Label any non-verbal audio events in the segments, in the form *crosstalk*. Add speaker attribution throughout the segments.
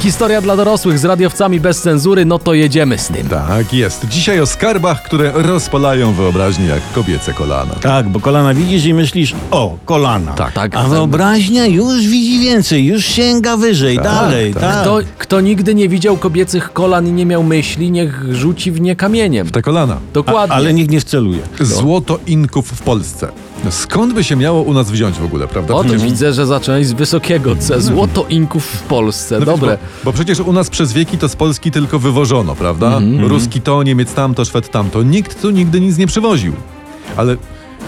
Speaker 1: Historia dla dorosłych z radiowcami bez cenzury, no to jedziemy z tym.
Speaker 2: Tak jest. Dzisiaj o skarbach, które rozpalają wyobraźnię jak kobiece kolana.
Speaker 3: Tak, bo kolana widzisz i myślisz, o, kolana.
Speaker 1: Tak, tak.
Speaker 3: A wyobraźnia już widzi więcej, już sięga wyżej, dalej, tak.
Speaker 1: Kto, kto nigdy nie widział kobiecych kolan i nie miał myśli, niech rzuci w nie kamieniem.
Speaker 2: Te kolana.
Speaker 3: A,
Speaker 1: Dokładnie.
Speaker 3: ale nikt nie wceluje.
Speaker 1: No.
Speaker 2: Złoto inków w Polsce. Skąd by się miało u nas wziąć w ogóle, prawda?
Speaker 1: O, to
Speaker 2: Przecież-
Speaker 1: widzę, że zacząłeś z wysokiego C. Złoto inków w Polsce.
Speaker 2: No wiesz,
Speaker 1: Dobre.
Speaker 2: Bo, bo przecież u nas przez wieki to z Polski tylko wywożono, prawda?
Speaker 1: Mhm,
Speaker 2: Ruski to, Niemiec tamto, Szwed tamto. Nikt tu nigdy nic nie przywoził. Ale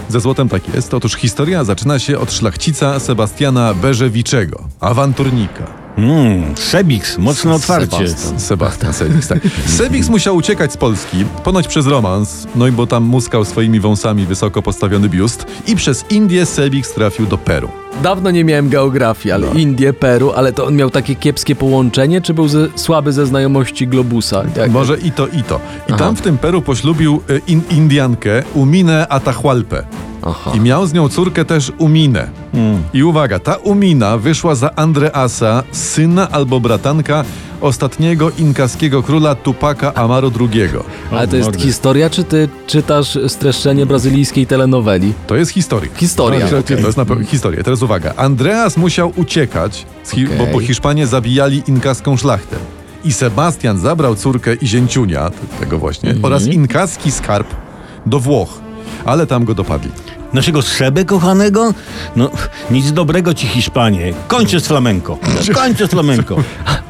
Speaker 2: ze złotem tak jest. Otóż historia zaczyna się od szlachcica Sebastiana Berzewiczego, awanturnika.
Speaker 3: Mm, Sebiks, mocne otwarcie.
Speaker 1: Sebastian.
Speaker 2: Sebastian
Speaker 1: *laughs*
Speaker 2: Sebiks, tak. Sebiks musiał uciekać z Polski, ponoć przez romans, no i bo tam muskał swoimi wąsami wysoko postawiony biust i przez Indię Sebiks trafił do Peru.
Speaker 1: Dawno nie miałem geografii, ale Indie, Peru, ale to on miał takie kiepskie połączenie, czy był ze, słaby ze znajomości globusa? Jak,
Speaker 2: Może i to, i to. I
Speaker 1: Tak. Aha.
Speaker 2: tam w tym Peru poślubił y, in, Indiankę Uminę Atahualpę.
Speaker 1: Aha. Hmm.
Speaker 2: I miał z nią córkę też Uminę. I uwaga, ta Umina wyszła za Andreasa, syna albo bratanka ostatniego inkaskiego króla Tupaka Amaro II.
Speaker 1: Ale to jest
Speaker 3: mordy.
Speaker 1: historia, czy ty czytasz streszczenie brazylijskiej telenoweli?
Speaker 2: To jest historia.
Speaker 1: Historia,
Speaker 2: To,
Speaker 1: okej.
Speaker 2: to jest na pe- historia. Teraz uwaga. Andreas musiał uciekać, z hi-
Speaker 1: Okej.
Speaker 2: bo po Hiszpanie zabijali inkaską szlachtę. I Sebastian zabrał córkę i zięciunia, t- tego właśnie,
Speaker 1: Mhm.
Speaker 2: oraz inkaski skarb do Włoch. Ale tam go dopadli.
Speaker 3: Naszego Sebę kochanego? No, nic dobrego ci Hiszpanie. Kończę z flamenko. Kończę z flamenko.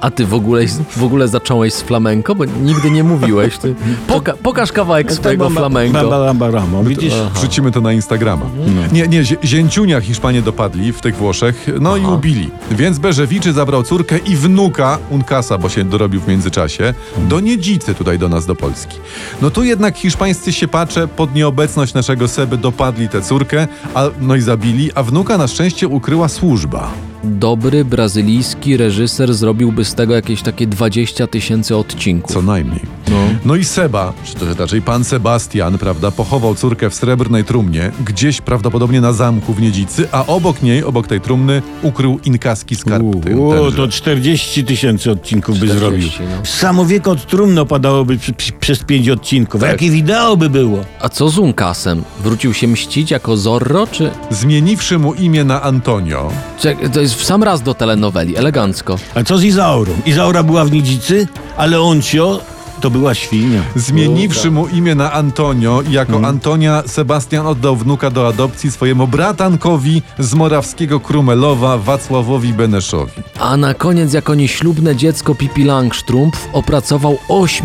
Speaker 1: A ty w ogóle, w ogóle zacząłeś z flamenko? Bo nigdy nie mówiłeś. Ty. Poka, pokaż kawałek *laughs* swojego
Speaker 3: Ba, ba,
Speaker 1: flamenko.
Speaker 3: ba, ba, ramo. Widzisz?
Speaker 2: Wrzucimy to na Instagrama. Nie, nie, zie- zięciunia Hiszpanie dopadli w tych Włoszech, no i ubili. Więc Berzewiczy zabrał córkę i wnuka Unkasa, bo się dorobił w międzyczasie, do Niedzicy tutaj do nas, do Polski. No tu jednak hiszpańscy siepacze pod nieobecność naszego Seby dopadli tę córkę, a, no i zabili, a wnuka na szczęście ukryła służba.
Speaker 1: Dobry brazylijski reżyser zrobiłby z tego jakieś takie 20 tysięcy odcinków.
Speaker 2: Co najmniej. No. i Seba, czy to raczej pan Sebastian, prawda, pochował córkę w srebrnej trumnie, gdzieś prawdopodobnie na zamku w Niedzicy, a obok niej, obok tej trumny, ukrył inkaski skarb. ten-
Speaker 3: O,
Speaker 2: tenże.
Speaker 3: to 40 tysięcy odcinków by
Speaker 1: 40,
Speaker 3: zrobił.
Speaker 1: no.
Speaker 3: Samowieko od trumny opadałoby przy, przy, przez 5 odcinków.
Speaker 1: Tak.
Speaker 3: Jakie wideo by było?
Speaker 1: A co z Unkasem? Wrócił się mścić jako Zorro, czy...
Speaker 2: Zmieniwszy mu imię na Antonio,
Speaker 1: czy to jest w sam raz do telenoweli, elegancko.
Speaker 3: A co z Izaurą? Izaura była w Nidzicy, ale Oncio to była świnia.
Speaker 2: zmieniwszy mu imię na Antonio, i jako Antonia Sebastian oddał wnuka do adopcji swojemu bratankowi z Morawskiego Krumelowa Wacławowi Beneszowi.
Speaker 1: A na koniec jako nieślubne dziecko Pipi Langstrumpf opracował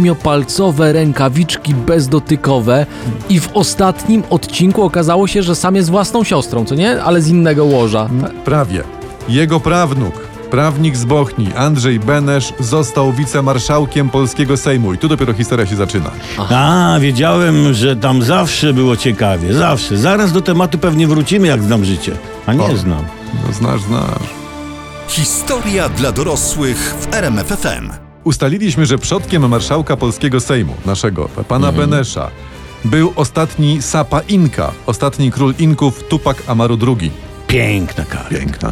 Speaker 1: ośmiopalcowe rękawiczki bezdotykowe i w ostatnim odcinku okazało się, że sam jest własną siostrą, co nie? Ale z innego łoża.
Speaker 2: No. Prawie. Jego prawnuk, prawnik z Bochni, Andrzej Benesz, został wicemarszałkiem polskiego Sejmu. I tu dopiero historia się zaczyna.
Speaker 3: A, wiedziałem, że tam zawsze było ciekawie. Zawsze. Zaraz do tematu pewnie wrócimy, jak znam życie. A nie
Speaker 2: O.
Speaker 3: znam.
Speaker 2: No, znasz, znasz.
Speaker 4: Historia dla dorosłych w RMFFM.
Speaker 2: Ustaliliśmy, że przodkiem marszałka polskiego Sejmu, naszego pana Benesza, był ostatni Sapa Inka, ostatni król Inków Tupak Amaru II.
Speaker 3: Piękna kara.
Speaker 2: Piękna.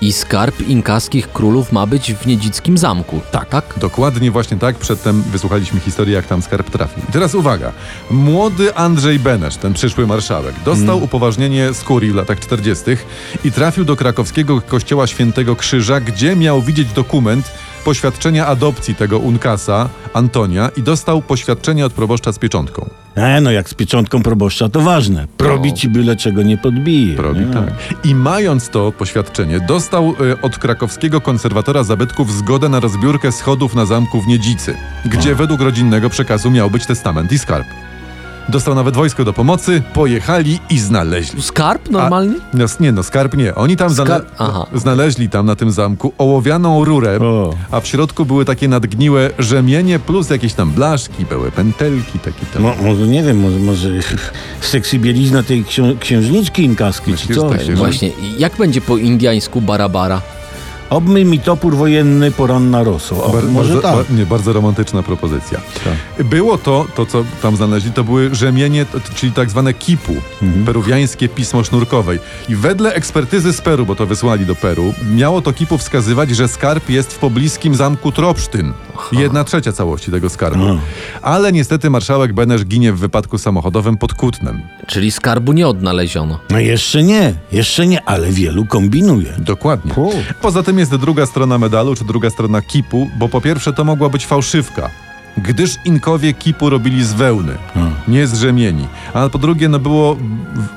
Speaker 1: I skarb inkaskich królów ma być w Niedzickim Zamku. Tak, tak.
Speaker 2: Dokładnie właśnie tak, przedtem wysłuchaliśmy historii, jak tam skarb trafił. I teraz uwaga. Młody Andrzej Benesz, ten przyszły marszałek, dostał upoważnienie z kurii w latach 40. i trafił do krakowskiego kościoła Świętego Krzyża, gdzie miał widzieć dokument poświadczenia adopcji tego unkasa, Antonia, i dostał poświadczenie od proboszcza z pieczątką.
Speaker 3: E, no jak z pieczątką proboszcza, to ważne. Probi ci byle czego nie podbije.
Speaker 2: Robi
Speaker 3: Nie.
Speaker 2: tak. I mając to poświadczenie, dostał y, od krakowskiego konserwatora zabytków zgodę na rozbiórkę schodów na zamku w Niedzicy, gdzie według rodzinnego przekazu miał być testament i skarb. Dostał nawet wojsko do pomocy, pojechali i znaleźli.
Speaker 1: Skarb
Speaker 2: A-
Speaker 1: normalny?
Speaker 2: No, s- nie, no skarb nie. Oni tam
Speaker 1: Skar-
Speaker 2: zale-
Speaker 1: aha.
Speaker 2: znaleźli tam na tym zamku ołowianą rurę,
Speaker 3: O.
Speaker 2: a w środku były takie nadgniłe rzemienie plus jakieś tam blaszki, były pętelki, takie tam.
Speaker 3: Mo, może nie wiem, może, może seksy bielizna tej ksią, księżniczki inkaskiej, czy
Speaker 2: Myślisz,
Speaker 3: co?
Speaker 2: tak się-
Speaker 1: Właśnie, jak będzie po indiańsku barabara?
Speaker 3: Obmyj mi topór wojenny, poranna rosło. O,
Speaker 2: Bar-
Speaker 3: może
Speaker 2: bardzo,
Speaker 3: tak.
Speaker 2: ba- nie, bardzo romantyczna propozycja. Było to, to co tam znaleźli, to były rzemienie, t- czyli tak zwane kipu,
Speaker 3: Mhm.
Speaker 2: peruwiańskie pismo sznurkowej. I wedle ekspertyzy z Peru, bo to wysłali do Peru, miało to kipu wskazywać, że skarb jest w pobliskim zamku Tropsztyn. Jedna trzecia całości tego skarbu. Ale niestety marszałek Benesz ginie w wypadku samochodowym pod Kutnem.
Speaker 1: Czyli skarbu nie odnaleziono.
Speaker 3: No jeszcze nie, jeszcze nie, ale wielu kombinuje.
Speaker 2: Dokładnie. Poza tym jest druga strona medalu, czy druga strona kipu, bo po pierwsze to mogła być fałszywka, gdyż Inkowie kipu robili z wełny, nie z rzemieni. A po drugie, no było w,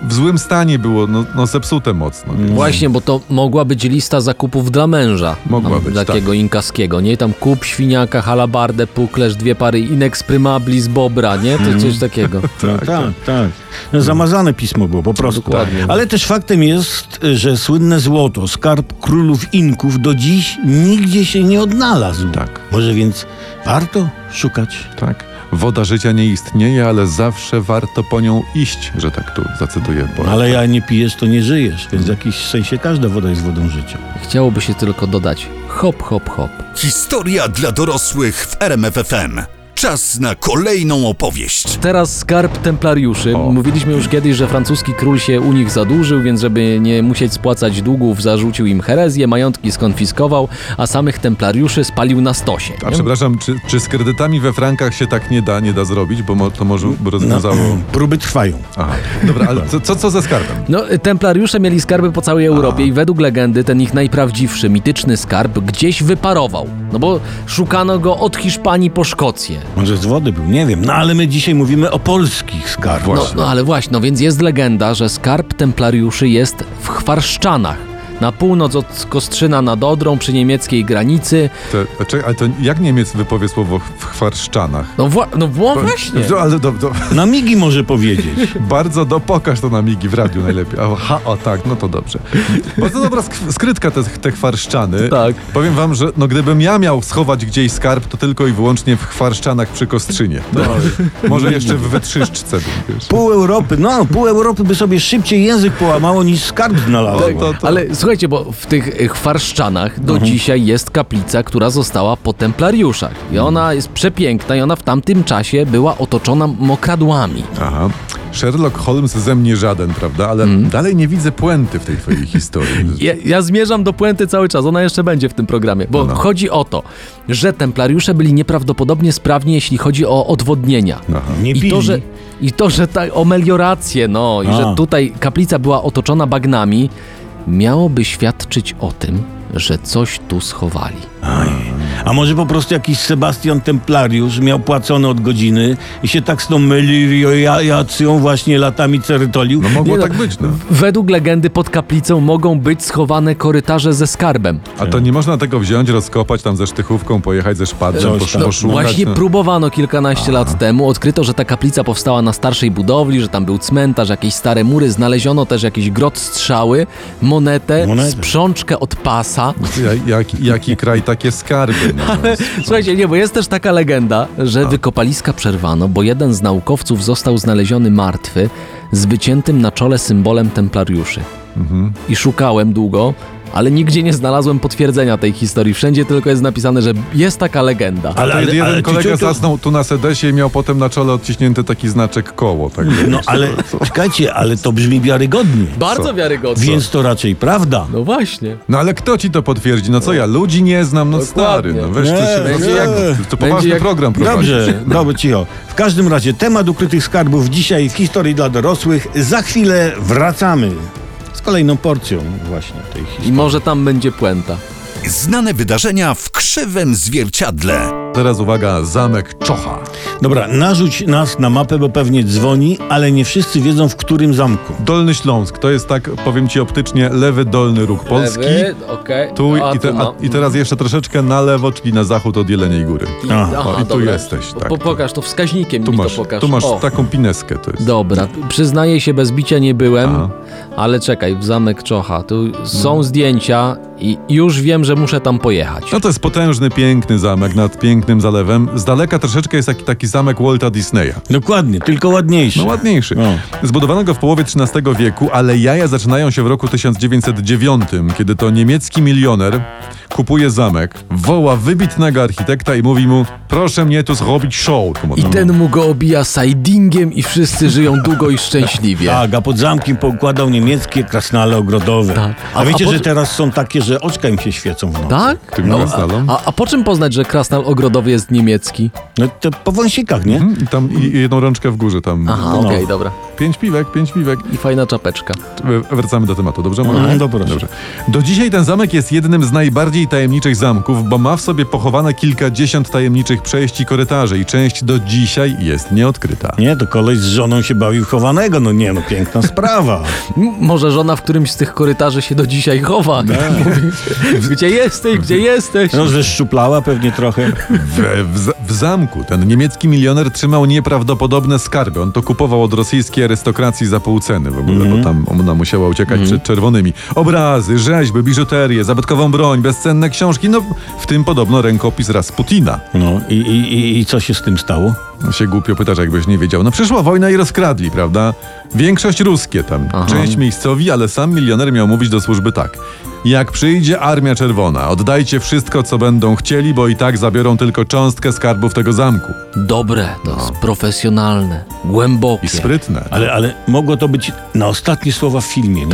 Speaker 2: w złym stanie, było no, no zepsute mocno. więc-
Speaker 1: Właśnie, bo to mogła być lista zakupów dla męża.
Speaker 2: Mogła
Speaker 1: Tam
Speaker 2: być, tak.
Speaker 1: Takiego inkaskiego, nie? Tam kup świniaka, halabardę, puklerz, dwie pary inex primablis, bobra, nie?
Speaker 2: Mhm.
Speaker 1: To coś
Speaker 2: *laughs*
Speaker 1: takiego.
Speaker 3: No tak, tak. No, zamazane pismo było po prostu.
Speaker 1: Dokładnie.
Speaker 3: Ale też faktem jest, y, że słynne złoto, skarb królów Inków do dziś nigdzie się nie odnalazł.
Speaker 2: Tak.
Speaker 3: Może więc warto szukać.
Speaker 2: Tak. Woda życia nie istnieje, ale zawsze warto po nią iść, że tak tu zacytuję. Bo...
Speaker 3: No, Ale ja nie pijesz, to nie żyjesz, więc w jakimś sensie każda woda jest wodą życia.
Speaker 1: Chciałoby się tylko dodać hop, hop, hop.
Speaker 4: Historia dla dorosłych w RMFFM. Czas na kolejną opowieść.
Speaker 1: Teraz skarb templariuszy. Mówiliśmy już kiedyś, że francuski król się u nich zadłużył, więc żeby nie musieć spłacać długów, zarzucił im herezję, majątki skonfiskował, a samych templariuszy spalił na stosie.
Speaker 2: A
Speaker 1: nie?
Speaker 2: przepraszam, czy, czy z kredytami we frankach się tak nie da, nie da zrobić, bo mo, to może by rozwiązało...
Speaker 3: No, *clears throat* Próby trwają.
Speaker 2: Aha. Dobra, ale co, co, co ze skarbem?
Speaker 1: No, templariusze mieli skarby po całej Europie i według legendy ten ich najprawdziwszy, mityczny skarb gdzieś wyparował. No bo szukano go od Hiszpanii po Szkocję.
Speaker 3: Może z wody był, nie wiem. No ale my dzisiaj mówimy o polskich skarbach.
Speaker 1: No, no ale właśnie, no więc jest legenda, że skarb templariuszy jest w Chwarszczanach. Na północ od Kostrzyna nad Odrą, przy niemieckiej granicy.
Speaker 2: Te, a czekaj, ale to jak Niemiec wypowie słowo ch- w chwarszczanach?
Speaker 1: No, wła- no wła- właśnie.
Speaker 2: Do, ale do, *laughs* do,
Speaker 3: No, Na migi może powiedzieć.
Speaker 2: bardzo do, pokaż to na migi w radiu najlepiej. Aha, o tak, no to dobrze. Bardzo dobra sk- skrytka te, te chwarszczany.
Speaker 1: Tak.
Speaker 2: Powiem wam, że no gdybym ja miał schować gdzieś skarb, to tylko i wyłącznie w chwarszczanach przy Kostrzynie.
Speaker 1: No.
Speaker 2: To, może jeszcze w Wytrzyszczce. był, wiesz.
Speaker 3: Pół Europy, no pół Europy by sobie szybciej język połamało niż skarb znalazło.
Speaker 2: Tak, to- to-
Speaker 1: Ale słuchajcie, bo w tych y, chwarszczanach do dzisiaj jest kaplica, która została po templariuszach. I ona jest przepiękna i ona w tamtym czasie była otoczona mokradłami.
Speaker 2: Aha. Sherlock Holmes ze mnie żaden, prawda? Ale
Speaker 1: Mm.
Speaker 2: dalej nie widzę puenty w tej twojej
Speaker 1: *laughs*
Speaker 2: historii.
Speaker 1: Ja, ja zmierzam do puenty cały czas, ona jeszcze będzie w tym programie, bo chodzi o to, że templariusze byli nieprawdopodobnie sprawni, jeśli chodzi o odwodnienia.
Speaker 2: Aha.
Speaker 3: Nie
Speaker 1: I to,
Speaker 3: pili.
Speaker 1: że, I to, że ta, o meliorację, no, i
Speaker 3: A.
Speaker 1: że tutaj kaplica była otoczona bagnami, miałoby świadczyć o tym, że coś tu schowali.
Speaker 3: A może po prostu jakiś Sebastian Templariusz miał płacone od godziny i się tak z tą melioracją właśnie latami cerytolił?
Speaker 2: No mogło
Speaker 1: Nie no,
Speaker 2: tak być, no.
Speaker 1: Według legendy pod kaplicą mogą być schowane korytarze ze skarbem.
Speaker 2: A to nie można tego wziąć, rozkopać tam ze sztychówką, pojechać ze szpadlem,
Speaker 3: Coś
Speaker 2: posz,
Speaker 3: tam.
Speaker 2: poszukać.
Speaker 1: Właśnie
Speaker 2: no.
Speaker 1: próbowano kilkanaście lat temu. Odkryto, że ta kaplica powstała na starszej budowli, że tam był cmentarz, jakieś stare mury. Znaleziono też jakiś grot strzały, monetę,
Speaker 3: Monetę.
Speaker 1: sprzączkę od pasa.
Speaker 2: Ja- Jak, jaki kraj takie skarby? No, no.
Speaker 1: Słuchajcie, nie, bo jest też taka legenda, że
Speaker 3: Tak.
Speaker 1: wykopaliska przerwano, bo jeden z naukowców został znaleziony martwy z wyciętym na czole symbolem templariuszy.
Speaker 3: Mhm.
Speaker 1: I szukałem długo, ale nigdzie nie znalazłem potwierdzenia tej historii. Wszędzie tylko jest napisane, że jest taka legenda.
Speaker 3: Ale,
Speaker 2: Ale, jeden kolega
Speaker 3: Ciciu, to-
Speaker 2: zasnął tu na sedesie i miał potem na czole odciśnięty taki znaczek koło. tak Także,
Speaker 3: No ale, czekajcie, ale to brzmi wiarygodnie.
Speaker 1: Bardzo wiarygodne.
Speaker 3: Więc to raczej prawda.
Speaker 1: No właśnie.
Speaker 2: no ale kto ci to potwierdzi? No co ja, ludzi nie znam, no
Speaker 1: Dokładnie.
Speaker 2: stary. No, weź,
Speaker 3: Nie,
Speaker 2: to, się,
Speaker 3: będzie
Speaker 2: no,
Speaker 3: jak-
Speaker 2: jak, to poważny
Speaker 1: jak-
Speaker 2: program prowadzisz.
Speaker 3: Dobrze, dobrze, cicho. W każdym razie temat ukrytych skarbów dzisiaj w historii dla dorosłych. Za chwilę wracamy z kolejną porcją właśnie tej historii.
Speaker 1: I może tam będzie puenta.
Speaker 4: Znane wydarzenia w krzywym zwierciadle.
Speaker 2: Teraz uwaga, zamek Czocha.
Speaker 3: Dobra, narzuć nas na mapę, bo pewnie dzwoni, ale nie wszyscy wiedzą w którym zamku.
Speaker 2: Dolny Śląsk, to jest tak, powiem ci optycznie, lewy dolny róg Polski. Tu, i, te,
Speaker 1: no.
Speaker 2: a, I teraz jeszcze troszeczkę na lewo, czyli na zachód od Jeleniej Góry.
Speaker 3: A,
Speaker 2: o, i tu jesteś, tak.
Speaker 1: Po, pokaż to wskaźnikiem,
Speaker 2: Tu
Speaker 1: mi
Speaker 2: masz,
Speaker 1: to pokaż.
Speaker 2: tu masz tak-
Speaker 1: O.
Speaker 2: taką pineskę. To jest.
Speaker 1: Dobra, przyznaję się, bez bicia nie byłem,
Speaker 2: Aha.
Speaker 1: ale czekaj, w zamek Czocha. Tu są zdjęcia i już wiem, że muszę tam pojechać.
Speaker 2: No to jest potężny, piękny zamek nad pięknym zalewem. Z daleka troszeczkę jest taki, taki zamek Walta Disneya.
Speaker 3: Dokładnie, tylko ładniejszy.
Speaker 2: No ładniejszy.
Speaker 3: No.
Speaker 2: Zbudowanego w połowie XIII wieku, ale jaja zaczynają się w roku 1909, kiedy to niemiecki milioner kupuje zamek, woła wybitnego architekta i mówi mu proszę mnie tu zrobić show. No.
Speaker 1: I ten mu go obija sidingiem i wszyscy żyją długo i
Speaker 2: *laughs*
Speaker 1: szczęśliwie.
Speaker 3: Tak, a pod zamkiem poukładał niemieckie krasnale ogrodowe.
Speaker 1: Tak.
Speaker 3: A,
Speaker 1: A-
Speaker 3: wiecie,
Speaker 1: a pod-
Speaker 3: że teraz są takie, że oczka im się świecą no. w nocy.
Speaker 1: Tak?
Speaker 2: Tym krasnalom?
Speaker 1: a, a po czym poznać, że krasnal ogrodowy jest niemiecki?
Speaker 3: No to po wąsikach, nie?
Speaker 1: Mhm.
Speaker 2: Mm, I tam i- i jedną rączkę w górze tam.
Speaker 1: Aha,
Speaker 3: No.
Speaker 1: okej, dobra.
Speaker 2: Pięć piwek, pięć piwek.
Speaker 1: I fajna czapeczka.
Speaker 2: W- E, Wracamy do tematu, dobrze? Mogę?
Speaker 3: Mhm, dobra.
Speaker 2: dobrze. Do dzisiaj ten zamek jest jednym z najbardziej tajemniczych zamków, bo ma w sobie pochowane kilkadziesiąt tajemniczych przejść i korytarzy i część do dzisiaj jest nieodkryta.
Speaker 3: Nie, to koleś z żoną się bawił chowanego. No nie, no
Speaker 1: *laughs*
Speaker 3: piękna sprawa.
Speaker 1: M- Może żona w którymś z tych korytarzy się do dzisiaj chowa.
Speaker 2: Tak.
Speaker 1: *laughs* Mówi, gdzie jesteś, gdzie jesteś?
Speaker 3: No, że szczuplała pewnie trochę.
Speaker 2: W, w, za- w zamku ten niemiecki milioner trzymał nieprawdopodobne skarby. On to kupował od rosyjskiej arystokracji za pół ceny w ogóle, bo tam ona musiała uciekać przed czerwonymi. Obrazy, rzeźby, biżuterię, zabytkową broń, bezcenne książki, no w tym podobno rękopis Rasputina.
Speaker 3: No i, i, i, i co się z tym stało?
Speaker 2: No się głupio pytasz, jakbyś nie wiedział. No przyszła wojna i rozkradli, prawda? Większość ruskie tam, część miejscowi, ale sam milioner miał mówić do służby tak. Jak przyjdzie Armia Czerwona, oddajcie wszystko, co będą chcieli, bo i tak zabiorą tylko cząstkę skarbów tego zamku.
Speaker 1: Dobre, to jest profesjonalne, głębokie.
Speaker 2: No. I sprytne.
Speaker 3: Ale, ale mogło to być na ostatnie słowa w filmie, nie?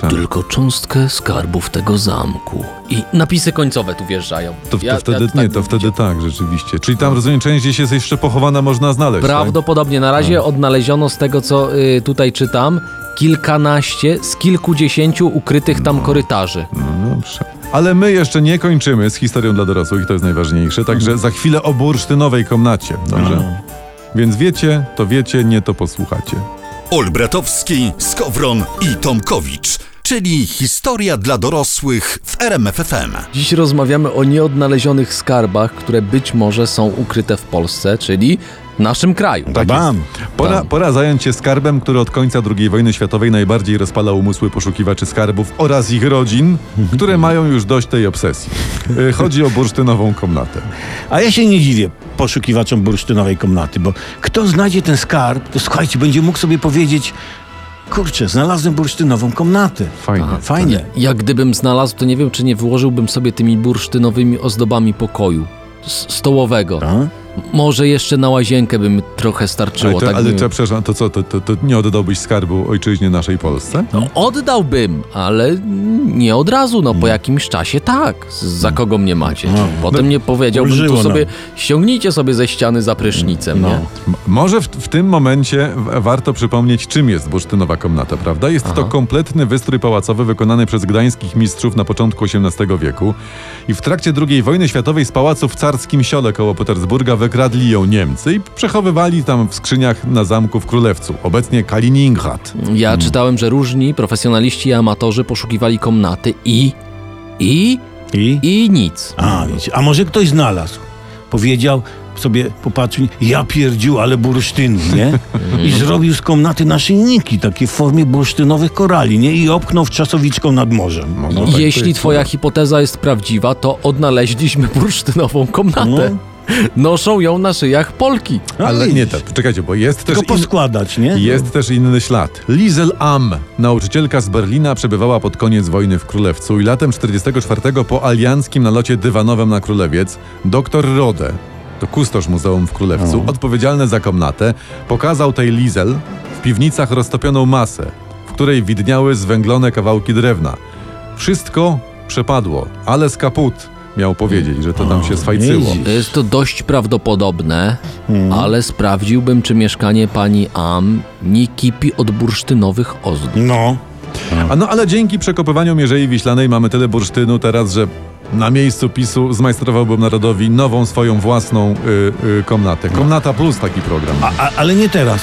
Speaker 1: Tak, tylko cząstkę skarbów tego zamku. I napisy końcowe tu wjeżdżają.
Speaker 2: To, to
Speaker 1: Ja- ja
Speaker 2: wtedy
Speaker 1: tak
Speaker 2: nie, to
Speaker 1: bym
Speaker 2: wtedy
Speaker 1: widział.
Speaker 2: tak, rzeczywiście. Czyli tam rozumiem, część gdzieś jest jeszcze pochowana, można znaleźć. tak?
Speaker 1: Prawdopodobnie na razie
Speaker 2: No.
Speaker 1: odnaleziono z tego, co y, tutaj czytam, kilkanaście z kilkudziesięciu ukrytych tam korytarzy.
Speaker 2: Tak? No dobrze. Ale my jeszcze nie kończymy z historią dla dorosłych, to jest najważniejsze.
Speaker 1: Mhm.
Speaker 2: Także za chwilę o bursztynowej komnacie. Dobrze. Więc wiecie, to wiecie, nie to posłuchacie.
Speaker 4: Olbratowski, Skowron i Tomkowicz, czyli historia dla dorosłych w RMFFM.
Speaker 1: Dziś rozmawiamy o nieodnalezionych skarbach, które być może są ukryte w Polsce, czyli w naszym kraju.
Speaker 2: Tak
Speaker 3: Bam.
Speaker 2: Pora, pora zająć się skarbem, który od końca II wojny światowej najbardziej rozpala umysły poszukiwaczy skarbów oraz ich
Speaker 1: *laughs*
Speaker 2: rodzin, które mają już dość tej obsesji. Y, Chodzi o bursztynową komnatę.
Speaker 3: A ja się nie dziwię poszukiwaczom bursztynowej komnaty, bo kto znajdzie ten skarb, to słuchajcie, będzie mógł sobie powiedzieć kurczę, znalazłem bursztynową komnatę.
Speaker 2: Fajnie.
Speaker 3: A, Fajnie.
Speaker 1: Jak gdybym znalazł, to nie wiem, czy nie wyłożyłbym sobie tymi bursztynowymi ozdobami pokoju s- stołowego.
Speaker 3: A?
Speaker 1: Może jeszcze na łazienkę bym trochę starczyło.
Speaker 2: Tak. Ale, E, to,
Speaker 1: tak
Speaker 2: ale
Speaker 1: bym...
Speaker 2: to, przepraszam, to co, to, to, to nie oddałbyś skarbu ojczyźnie naszej Polsce?
Speaker 1: No, oddałbym, ale nie od razu, no
Speaker 2: Mm.
Speaker 1: po jakimś czasie tak. Z- Za kogo mnie macie?
Speaker 2: No,
Speaker 1: Potem nie powiedziałbym
Speaker 3: ulżyło
Speaker 1: tu
Speaker 3: nam.
Speaker 1: sobie, ściągnijcie sobie ze ściany za prysznicem,
Speaker 2: No.
Speaker 1: nie?
Speaker 2: M- Może w, w tym momencie w- warto przypomnieć, czym jest bursztynowa komnata, prawda? Jest to kompletny wystrój pałacowy wykonany przez gdańskich mistrzów na początku XVIII wieku i w trakcie II wojny światowej z pałacu w carskim siole koło Petersburga wykradli ją Niemcy i przechowywali tam w skrzyniach na zamku w Królewcu, obecnie Kaliningrad.
Speaker 1: Ja czytałem, że różni profesjonaliści i amatorzy poszukiwali komnaty i... i...
Speaker 3: I?
Speaker 1: i nic.
Speaker 3: A, wiecie, a może ktoś znalazł. Powiedział sobie, popatrzył, ja pierdził, ale bursztyn, nie?
Speaker 2: Mhm.
Speaker 3: I zrobił z komnaty naszyjniki, takie w formie bursztynowych korali, nie? I opchnął w czasowiczką nad morzem.
Speaker 2: No, tak to
Speaker 1: Jeśli
Speaker 2: jest.
Speaker 1: twoja hipoteza jest prawdziwa, to odnaleźliśmy *laughs* bursztynową komnatę.
Speaker 2: No.
Speaker 1: Noszą ją na szyjach Polki.
Speaker 2: Ale nie, tak, czekajcie, bo jest też...
Speaker 3: No Tylko
Speaker 2: in-
Speaker 3: poskładać, nie?
Speaker 2: Jest też inny ślad. Lizel Am, nauczycielka z Berlina, przebywała pod koniec wojny w Królewcu i latem 44 po alianckim nalocie dywanowym na Królewiec doktor Rode, to kustosz muzeum w Królewcu, odpowiedzialny za komnatę, pokazał tej Lizel w piwnicach roztopioną masę, w której widniały zwęglone kawałki drewna. Wszystko przepadło, ale skaput miał powiedzieć, że to tam się swajcyło.
Speaker 3: widzisz.
Speaker 1: Jest to dość prawdopodobne,
Speaker 2: Hmm.
Speaker 1: ale sprawdziłbym, czy mieszkanie pani Am nie kipi od bursztynowych ozdób.
Speaker 3: No.
Speaker 2: A no ale dzięki przekopywaniu Mierzei Wiślanej mamy tyle bursztynu teraz, że na miejscu PiSu zmajstrowałbym narodowi nową swoją własną y, y, komnatę. Komnata Plus taki program.
Speaker 3: A, ale nie teraz.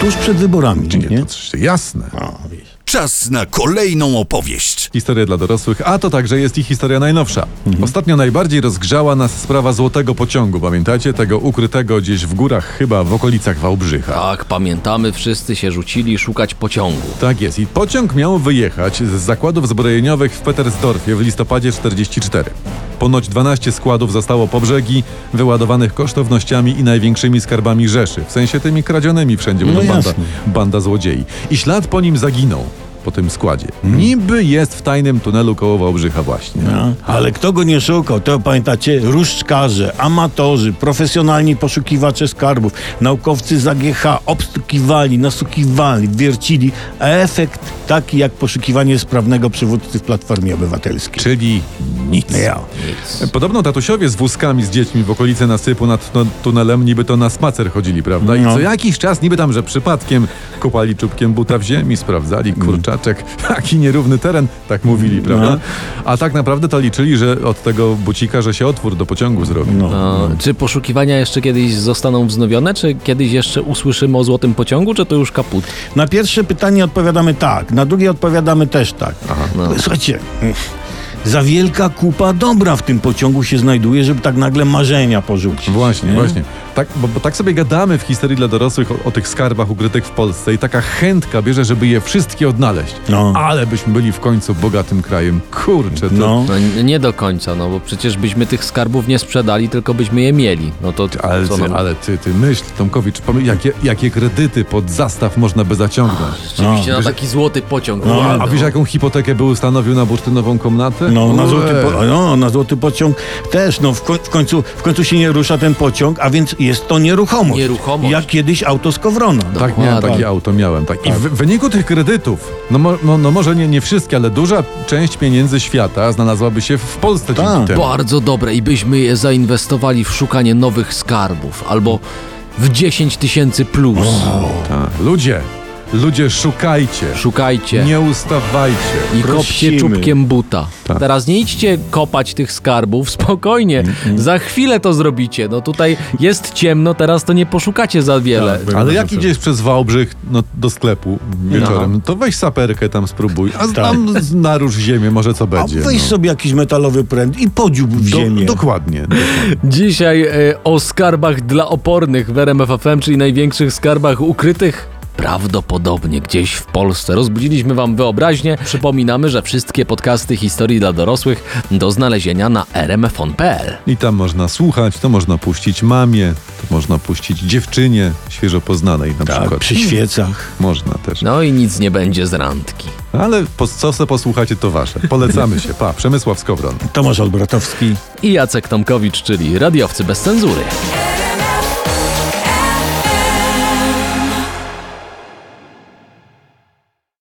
Speaker 3: Tuż przed wyborami.
Speaker 2: nie, to oczywiście jasne.
Speaker 3: No, wiesz.
Speaker 4: Czas na kolejną opowieść.
Speaker 2: Historia dla dorosłych, a to także jest i historia najnowsza. Ostatnio najbardziej rozgrzała nas sprawa złotego pociągu, pamiętacie? Tego ukrytego gdzieś w górach, chyba w okolicach Wałbrzycha.
Speaker 1: Tak, pamiętamy, wszyscy się rzucili szukać pociągu.
Speaker 2: Tak jest. I pociąg miał wyjechać z zakładów zbrojeniowych w Petersdorfie w listopadzie 44. Ponoć 12 składów zostało po brzegi, wyładowanych kosztownościami i największymi skarbami Rzeszy, w sensie tymi kradzionymi wszędzie, bo
Speaker 3: No
Speaker 2: to banda,
Speaker 3: jasne.
Speaker 2: banda złodziei. I ślad po nim zaginął, po tym składzie.
Speaker 3: Mm.
Speaker 2: Niby jest w tajnym tunelu koło Wałbrzycha właśnie.
Speaker 3: A, Ale kto go nie szukał, to pamiętacie, różdżkarze, amatorzy, profesjonalni poszukiwacze skarbów, naukowcy z AGH obstukiwali, nasukiwali, wiercili, a efekt taki jak poszukiwanie sprawnego przywódcy w Platformie Obywatelskiej. No
Speaker 2: Czyli nic.
Speaker 3: Ja.
Speaker 1: Nic.
Speaker 2: Podobno tatusiowie z wózkami z dziećmi w okolice nasypu nad tun- tunelem niby to na spacer chodzili, prawda? I
Speaker 3: No.
Speaker 2: co jakiś czas niby tam, że przypadkiem kopali czubkiem buta w ziemi, sprawdzali
Speaker 3: Mhm.
Speaker 2: kurczaczek, *laughs* taki nierówny teren, tak mówili,
Speaker 3: No.
Speaker 2: prawda? A tak naprawdę to liczyli, że od tego bucika, że się otwór do pociągu zrobi.
Speaker 3: No.
Speaker 1: E, czy poszukiwania jeszcze kiedyś zostaną wznowione? Czy kiedyś jeszcze usłyszymy o złotym pociągu, czy to już kaput?
Speaker 3: Na pierwsze pytanie odpowiadamy tak, na drugie odpowiadamy też tak.
Speaker 1: no.
Speaker 3: Słuchajcie, za wielka kupa dobra w tym pociągu się znajduje, żeby tak nagle marzenia porzucić.
Speaker 2: Właśnie,
Speaker 3: nie?
Speaker 2: właśnie. Tak, bo, bo tak sobie gadamy w historii dla dorosłych o, o tych skarbach ukrytych w Polsce i taka chętka bierze, żeby je wszystkie odnaleźć.
Speaker 3: No.
Speaker 2: Ale byśmy byli w końcu bogatym krajem. Kurczę, to...
Speaker 3: No.
Speaker 1: No, n- nie do końca, no bo przecież byśmy tych skarbów nie sprzedali, tylko byśmy je mieli. No to
Speaker 2: Ale
Speaker 1: co
Speaker 2: ty,
Speaker 1: nam-
Speaker 2: ale ty, ty myśl, Tomkowicz, pomy- jakie, jakie kredyty pod zastaw można by zaciągnąć?
Speaker 1: Rzeczywiście
Speaker 2: No,
Speaker 1: na
Speaker 2: wiesz-
Speaker 1: taki złoty pociąg.
Speaker 3: No,
Speaker 2: A
Speaker 1: naprawdę,
Speaker 2: wiesz,
Speaker 1: no.
Speaker 2: jaką hipotekę by ustanowił na bursztynową komnatę?
Speaker 3: No, na złoty,
Speaker 2: Ue.
Speaker 3: po, no, na złoty pociąg też, no w, koń, w, końcu, w końcu się nie rusza ten pociąg, a więc jest to nieruchomość.
Speaker 1: Nieruchomość.
Speaker 3: Jak kiedyś auto z Kowrona. No.
Speaker 2: Tak, miałem takie auto, miałem. Tak. I w wyniku tych kredytów, no, mo, no, no może nie, nie wszystkie, ale duża część pieniędzy świata znalazłaby się w Polsce dzięki
Speaker 3: Tak.
Speaker 2: temu.
Speaker 1: Bardzo dobre i byśmy je zainwestowali w szukanie nowych skarbów albo w 10 tysięcy plus.
Speaker 2: Tak. Ludzie, ludzie szukajcie,
Speaker 1: Szukajcie
Speaker 2: nie ustawajcie.
Speaker 1: i
Speaker 3: prosimy.
Speaker 1: kopcie czubkiem buta.
Speaker 2: Tak.
Speaker 1: Teraz nie idźcie kopać tych skarbów, *laughs* spokojnie.
Speaker 2: Mm,
Speaker 1: Za chwilę to zrobicie. No tutaj jest ciemno, teraz to nie poszukacie za wiele.
Speaker 3: Tak,
Speaker 2: Ale jak idziesz przez Wałbrzych no, do sklepu wieczorem,
Speaker 3: No.
Speaker 2: to weź saperkę tam spróbuj, a tam z- narusz ziemię, może co
Speaker 3: Tak. A
Speaker 2: będzie.
Speaker 3: weź
Speaker 2: no.
Speaker 3: sobie jakiś metalowy pręt i podziób w
Speaker 2: Do-
Speaker 3: ziemię.
Speaker 2: Dokładnie.
Speaker 1: Dzisiaj e, o skarbach dla opornych w RMF FM, czyli największych skarbach ukrytych prawdopodobnie gdzieś w Polsce. Rozbudziliśmy wam wyobraźnię. Przypominamy, że wszystkie podcasty historii dla dorosłych do znalezienia na rmfon.pl.
Speaker 2: I tam można słuchać, to można puścić mamie, to można puścić dziewczynie świeżo poznanej na
Speaker 3: Tak,
Speaker 2: przykład.
Speaker 3: przy świecach.
Speaker 2: Można też.
Speaker 1: No i nic nie będzie z randki.
Speaker 2: Ale po, co se posłuchacie, to wasze.
Speaker 3: *laughs*
Speaker 2: Polecamy się. Pa, Przemysław Skowron.
Speaker 3: Tomasz Olbratowski.
Speaker 1: I Jacek Tomkowicz, czyli radiowcy bez cenzury.
Speaker 5: RMFFM